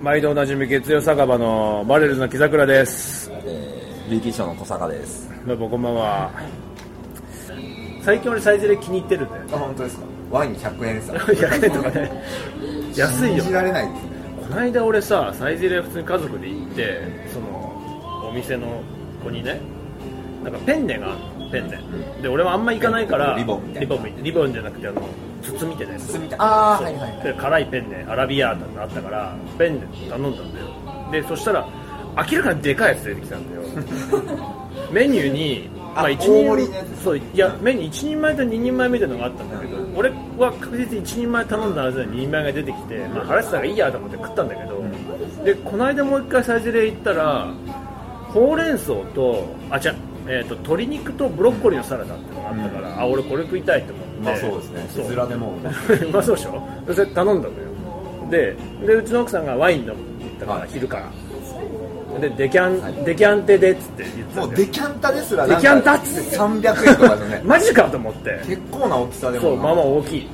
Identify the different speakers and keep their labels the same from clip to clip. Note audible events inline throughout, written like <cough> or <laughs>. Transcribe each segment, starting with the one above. Speaker 1: 毎度おなじみ月曜酒場のバレルズの木桜です
Speaker 2: えー、ウィキー賞の小坂です。
Speaker 1: どうもこんばんは最近俺サイゼリヤ気に入ってるんだよね <laughs>
Speaker 2: あ、本当ですか。ワイン100円さ。
Speaker 1: 100円とかね安いよ
Speaker 2: 信じられないですね。
Speaker 1: この間俺さサイゼリヤ普通に家族で行ってそのお店の子にねなんかペンネがあんのペンネで俺はあんま行かないから
Speaker 2: リボンみたいな
Speaker 1: リボンみリボンじゃなくてあの筒みたいなやつ
Speaker 2: ああ、はいはい
Speaker 1: で辛いペンネアラビアータがあったからペンネ頼んだんだよでそしたら明らかにでかいやつ出てきたんだ
Speaker 2: <laughs>
Speaker 1: よメニューに
Speaker 2: あ
Speaker 1: 一
Speaker 2: 大盛りのやつ
Speaker 1: そういやメニュー1人前と2人前みたいなのがあったんだけど、俺は確実に1人前頼んだはずなのに2人前が出てきて、まあ、腹したからいいやと思って食ったんだけど、でこの間もう一回サイゼリヤ行ったらほうれん草とあ違うえー、と鶏肉とブロッコリーのサラダってのがあったから、あ俺これ食いたいと思って
Speaker 2: まあそうですね。
Speaker 1: そう
Speaker 2: いずらでも。
Speaker 1: う <laughs> まそうでしょそれ頼んだのよででうちの奥さんがワイン飲むって言ったから、
Speaker 2: はい
Speaker 1: 昼からでデキャン、デキャンテでっつって言ってた
Speaker 2: も
Speaker 1: ん
Speaker 2: う
Speaker 1: だ
Speaker 2: デ
Speaker 1: よ
Speaker 2: キャンタですら。
Speaker 1: デキャンタっ
Speaker 2: で
Speaker 1: つって。
Speaker 2: 300円とかでね
Speaker 1: マジかと思って
Speaker 2: 結構な大きさでも。
Speaker 1: そうまあまあ
Speaker 2: あ。
Speaker 1: 大きい、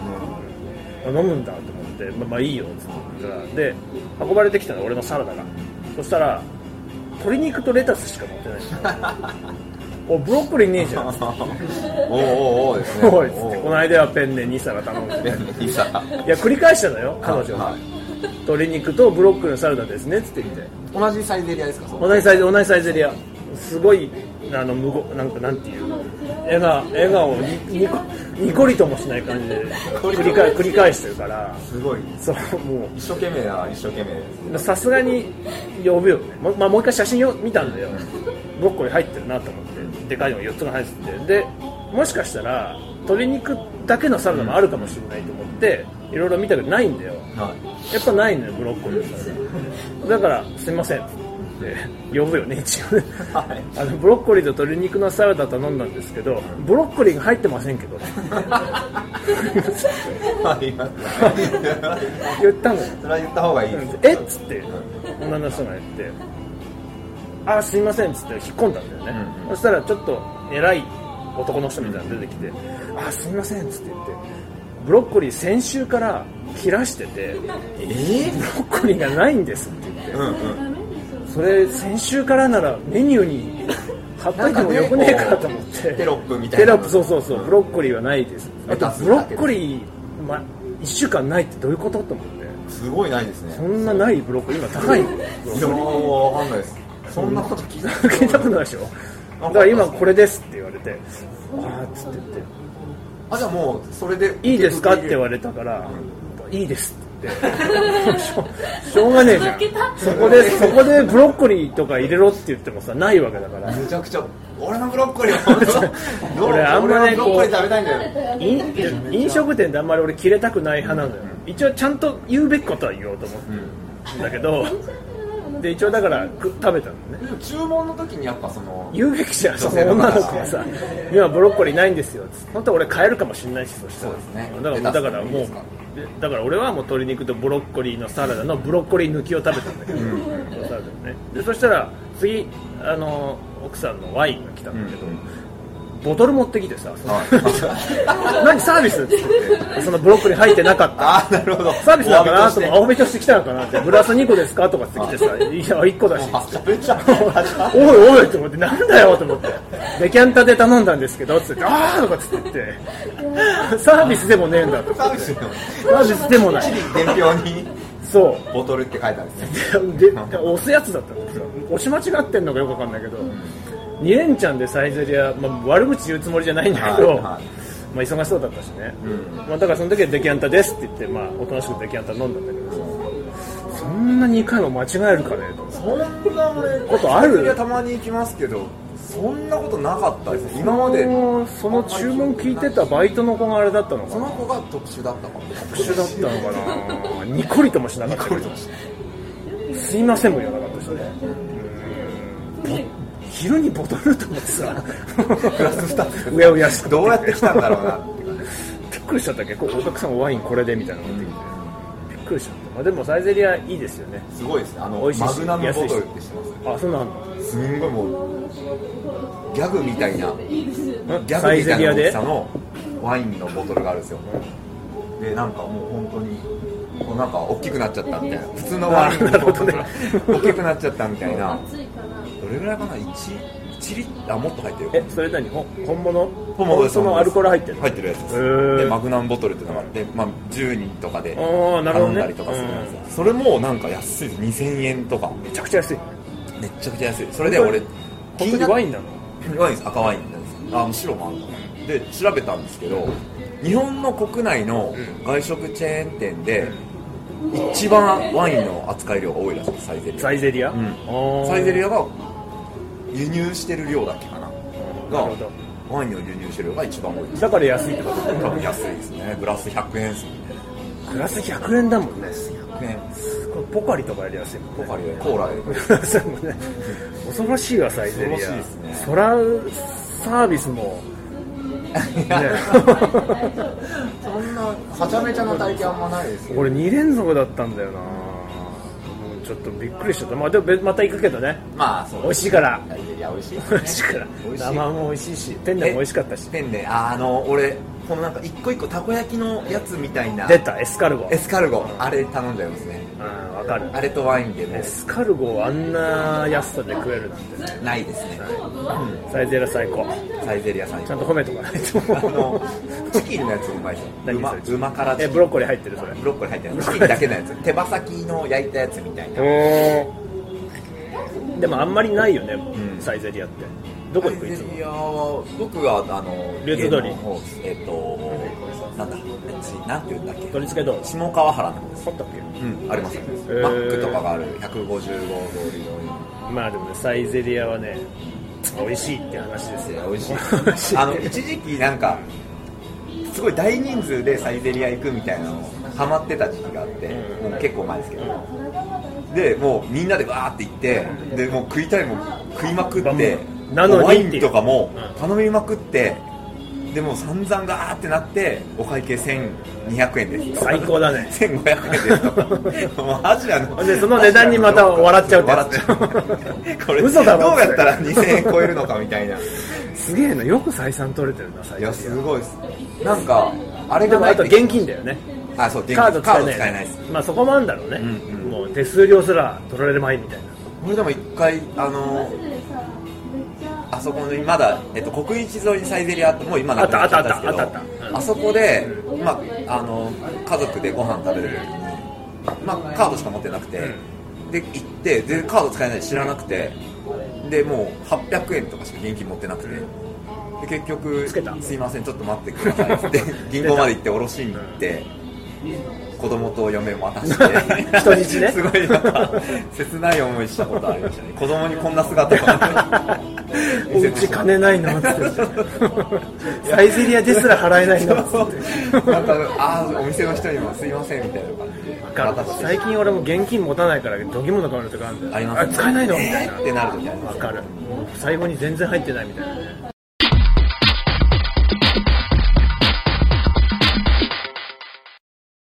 Speaker 1: あ飲むんだと思ってまあまあいいよっつって言ったらで運ばれてきたの俺のサラダがそしたら鶏肉とレタスしか持ってないんだよ
Speaker 2: <laughs>
Speaker 1: おブロッコリーねえじゃん
Speaker 2: おーおーおーですね。
Speaker 1: おいっつってこの間はペンネ2皿頼んで
Speaker 2: おー。いいさ。
Speaker 1: いや繰り返したのよ彼女が、
Speaker 2: はい
Speaker 1: 鶏肉とブロックのサラダですねっつって言って
Speaker 2: 同じサイゼリアですか。その
Speaker 1: 同じサイゼ同じサイゼリアすごいあの無言なんかなんていう笑顔笑顔をににこにこりともしない感じで繰り返繰り返してるから
Speaker 2: すごい。
Speaker 1: そうも
Speaker 2: 一生懸命な一生懸命です。
Speaker 1: うさすがに呼ぶよねも,、まあ、もう一回写真を見たんだよブロッコリー入ってるなと思ってでかいのが4つが入っててでもしかしたら鶏肉だけのサラダもあるかもしれないと思っていろいろ見たけどないんだよ
Speaker 2: はい。
Speaker 1: やっぱないのよブロッコリーだからすいませんって呼ぶよね一応ね
Speaker 2: はい
Speaker 1: あのブロッコリーと鶏肉のサラダ頼んだんですけどブロッコリーが入ってませんけど
Speaker 2: ありますね。
Speaker 1: 言ったのよ
Speaker 2: それは言った方がいいです。
Speaker 1: えっつって女の人が言って「あすいません」っつって引っ込んだんだよね、
Speaker 2: うん
Speaker 1: そしたらちょっと偉い男の人みたいなの出てきて「あすいません」っつって言ってブロッコリー先週から切らしてて
Speaker 2: えー
Speaker 1: ブロッコリーがないんですって言って
Speaker 2: うんうん。
Speaker 1: それ先週からならメニューに貼っといてもよくねえかと思って
Speaker 2: テロップみたい
Speaker 1: テ
Speaker 2: な
Speaker 1: ロップそうそうそうブロッコリーはないですあ
Speaker 2: レ
Speaker 1: と
Speaker 2: タス
Speaker 1: ブロッコリー、ま、1週間ないってどういうことと思って
Speaker 2: すごいないですね。
Speaker 1: そんなないブロッコリー今高いの
Speaker 2: いやもうわかんないです。そんなこと聞いた
Speaker 1: 聞いたことないでしょだから今これですって言われてああっつって言っ
Speaker 2: あ、じゃあもう、それで。
Speaker 1: ていいですかって言われたからいいですって言ってしょしょうがねえじゃんそこでそこでブロッコリーとか入れろって言ってもさないわけだから
Speaker 2: めちゃくちゃ、俺のブロッコリーは本当、
Speaker 1: 俺あんまね
Speaker 2: 俺のブロッコリー食べたいんだよ。
Speaker 1: 飲飲食店であんまり俺切れたくない派なのよ、一応ちゃんと言うべきことは言おうと思ってるんだけど、で一応だからく食べたのね
Speaker 2: でも注文の時にやっぱそ <laughs> の、
Speaker 1: 言うべきじゃんそ
Speaker 2: 女
Speaker 1: の
Speaker 2: 性の
Speaker 1: 女
Speaker 2: 方
Speaker 1: の子はさ今ブロッコリーないんですよつって本当は俺買えるかもしれないしそしたら
Speaker 2: そうですね
Speaker 1: だから
Speaker 2: レタス
Speaker 1: だからも
Speaker 2: いういですか
Speaker 1: でだから俺はもう鶏肉とブロッコリーのサラダのブロッコリー抜きを食べたんだけど、サラダねでそしたら次あの奥さんのワインが来たんだけど、ボトル持ってきてさ、その何サービスって言ってそのブロッコリー入ってなかった
Speaker 2: あー、なるほど。
Speaker 1: サービスなのかなと思って
Speaker 2: お詫
Speaker 1: 青べとしてきたのか <laughs> なってグラス2個ですかとかって来てさいや1個だし
Speaker 2: びと
Speaker 1: <laughs>
Speaker 2: してあ、喋っちゃった。
Speaker 1: おいおいと思ってなんだよと思ってデキャンタで頼んだんですけどつってああとかっつって言ってサービスでもねえんだと
Speaker 2: サービスの、
Speaker 1: サービスでもない
Speaker 2: <laughs> 伝票に、
Speaker 1: そう
Speaker 2: ボトルって書いてあるんですね。
Speaker 1: で押すやつだったんですよ押し間違ってんのかよくわかんないけど、2連チャンでサイゼリア、まあ、悪口言うつもりじゃないんだけど、
Speaker 2: はいはい
Speaker 1: まあ、忙しそうだったしね、まあ、だからその時はデキャンタですって言って、まあ、おとなしくデキャンタ飲んだんだけどさそんな2回も間違えるかねと思って
Speaker 2: そんな俺、
Speaker 1: ことある
Speaker 2: いや、たまに行きますけど、そんなことなかったですね。今まで、
Speaker 1: もうその注文聞いてたバイトの子があれだったのか
Speaker 2: そ
Speaker 1: な
Speaker 2: の子が特殊だったかも。
Speaker 1: 特殊だったのかなニコリともしなかったけどすいませんも言わなかったしねうん昼にボトルと思ってさ
Speaker 2: プラス2つ。
Speaker 1: うやうやしく
Speaker 2: どうやって来たんだろうなって。
Speaker 1: びっくりしちゃったっけこうお客さんワインこれでみたいなのが出てきてびっくりしちゃった、まあ、でもサイゼリアいいですよね
Speaker 2: すごいですね。あの、
Speaker 1: 美味しいし
Speaker 2: マグナムボトルって知ってます
Speaker 1: あそんなのあん
Speaker 2: すんごいもうギャグみたいなギ
Speaker 1: のん
Speaker 2: ャ
Speaker 1: サ
Speaker 2: グ
Speaker 1: イ
Speaker 2: み
Speaker 1: ゼ
Speaker 2: たい
Speaker 1: リ
Speaker 2: な
Speaker 1: ア
Speaker 2: 大き
Speaker 1: で
Speaker 2: さのワインのボトルがあるんですよでなんかもう本当にこうなんか大きくなっちゃったみたいな普通のワイン
Speaker 1: なるほどね
Speaker 2: 大きくなっちゃったみたいな
Speaker 3: 暑いから
Speaker 2: どれぐらいかな 1, 1リッあもっと入ってる
Speaker 1: えそれ何ほ本物
Speaker 2: 本物です
Speaker 1: そのアルコール入ってる
Speaker 2: 入ってるやつです
Speaker 1: へー
Speaker 2: でマグナムボトルっていうのがあって、まあ、10人とかで
Speaker 1: あーなるほど
Speaker 2: 頼
Speaker 1: ね
Speaker 2: んだりとかするんですよ、それもなんか安いです2000円とか
Speaker 1: めちゃくちゃ安い
Speaker 2: めっちゃくちゃ安いそれで俺
Speaker 1: 本当にワインなの
Speaker 2: ワインです赤ワインなんですあ白もあるのかなで調べたんですけど日本の国内の外食チェーン店で一番ワインの扱い量が多いらしいですサイゼリア
Speaker 1: サイゼリア、
Speaker 2: う
Speaker 1: あ
Speaker 2: ん
Speaker 1: ー
Speaker 2: サイゼリアが輸入してる量だっけかな
Speaker 1: な
Speaker 2: が
Speaker 1: るほど
Speaker 2: ワインを輸入してる量が一番多いです
Speaker 1: だから安いってこと
Speaker 2: 多分安いですねグラス100円ですもんね
Speaker 1: グラス100円だもんね
Speaker 2: 100円
Speaker 1: これポカリとかより安いもんね
Speaker 2: ポカリはコーラよりも
Speaker 1: そうもね、 <laughs> 恐ろしいわサイゼリア
Speaker 2: 恐ろしいですね
Speaker 1: そらサービス
Speaker 2: <laughs>
Speaker 1: も、ね、
Speaker 2: そんなはちゃめちゃな体験あんまないですよ
Speaker 1: 俺2連続だったんだよなもうちょっとびっくりしちゃった、まあ、でもべまた行くけどね
Speaker 2: まあそう
Speaker 1: 美味しいから
Speaker 2: サイゼリア美味しいです
Speaker 1: 美
Speaker 2: ね
Speaker 1: 味しいから
Speaker 2: 美味しい
Speaker 1: 生も美味しいし店内も美味しかったし
Speaker 2: ペンでああの俺このなんか一個一個たこ焼きのやつみたいな
Speaker 1: 出たエスカルゴ
Speaker 2: エスカルゴあれ頼んじゃいますね
Speaker 1: うんわかる
Speaker 2: あれとワインでも
Speaker 1: エスカルゴをあんな安さで食えるなんて
Speaker 2: ないですね
Speaker 1: サイゼリア最高
Speaker 2: サイゼリアさん
Speaker 1: ちゃんと褒めとかない
Speaker 2: あ
Speaker 1: と
Speaker 2: のチキンのやつもうまいですよ
Speaker 1: 何
Speaker 2: うま
Speaker 1: それ
Speaker 2: うま辛
Speaker 1: え
Speaker 2: チキン
Speaker 1: ブロッコリー入ってるそれ
Speaker 2: ブロッコリー入ってないチキンだけのやつ手羽先の焼いたやつみたいな
Speaker 1: でもあんまりないよね、
Speaker 2: ん
Speaker 1: サイゼリアってどこ行くい
Speaker 2: サ
Speaker 1: つ
Speaker 2: イ
Speaker 1: も
Speaker 2: ゼリアは僕はあの
Speaker 1: 流通通り
Speaker 2: 家の方ですえっ、となんだあっちなんて言うんだっけ
Speaker 1: 取り付けどう
Speaker 2: 下川原の方です
Speaker 1: あったっけ
Speaker 2: うんありますあります、
Speaker 1: ー
Speaker 2: マックとかがある155通りの
Speaker 1: まあでもねサイゼリアはね美味しいって話ですよ
Speaker 2: 美味し
Speaker 1: <laughs> 美味しい
Speaker 2: いあの一時期なんかすごい大人数でサイゼリア行くみたいなのハマってた時期があって、
Speaker 1: うん
Speaker 2: もう結構前ですけど、でもうみんなでわーって行ってでもう食いたいもん食いまくって
Speaker 1: なのに
Speaker 2: ワインとかも
Speaker 1: うん
Speaker 2: 頼みまくって、でもう散々ガーってなってお会計1200円ですと
Speaker 1: 最高だね
Speaker 2: 1500円です
Speaker 1: <laughs>
Speaker 2: とかもうアジアの
Speaker 1: でその値段にまた笑っちゃうってや
Speaker 2: 笑っ
Speaker 1: つ
Speaker 2: ちゃうこ
Speaker 1: <laughs>
Speaker 2: れ
Speaker 1: 嘘だろ
Speaker 2: どうやったら2000円超えるのかみたいな
Speaker 1: <laughs> すげえなよく採算取れてるなサイ
Speaker 2: い
Speaker 1: ゼ
Speaker 2: や
Speaker 1: リ
Speaker 2: すごいっすなんかあれ
Speaker 1: アで
Speaker 2: が
Speaker 1: も
Speaker 2: ない
Speaker 1: あ
Speaker 2: って
Speaker 1: と現金だよね
Speaker 2: あそう現金
Speaker 1: カード使えない
Speaker 2: カード使えないっす
Speaker 1: まあそこもあんだろうね、
Speaker 2: んうん
Speaker 1: もう手数料すら取られる前みたいな
Speaker 2: 俺でも一回あのあそこにまだ、えっと、国一沿いにサイゼリアあってもう今なくなっちゃったんですけど
Speaker 1: あったあったあったあったうん
Speaker 2: あそこで、まあ、あの家族でご飯食べる時に、まあ、カードしか持ってなくて、で行って全然カード使えない知らなくてでもう800円とかしか現金持ってなくて、で結局
Speaker 1: つけた
Speaker 2: すいませんちょっと待ってください」っつって
Speaker 1: <laughs>
Speaker 2: 銀行まで行っておろしに行って。子供と嫁を渡して
Speaker 1: <laughs> 人質ね
Speaker 2: <laughs> すごいなんか <laughs> 切ない思いしたことありましたね子供にこんな姿を
Speaker 1: おうち金ないのっつってサイゼリアですら払えない
Speaker 2: <laughs>
Speaker 1: のっつって
Speaker 2: なんかあーお店の人にもすいませんみたいな感じで
Speaker 1: だから
Speaker 2: 渡して
Speaker 1: 最近俺も現金持たないからどぎもの買うのとかあるんだよ
Speaker 2: あります
Speaker 1: 使えないのみたい
Speaker 2: えーってなる時ありま
Speaker 1: な
Speaker 2: す
Speaker 1: 分かるもう最後に全然入ってないみたいなね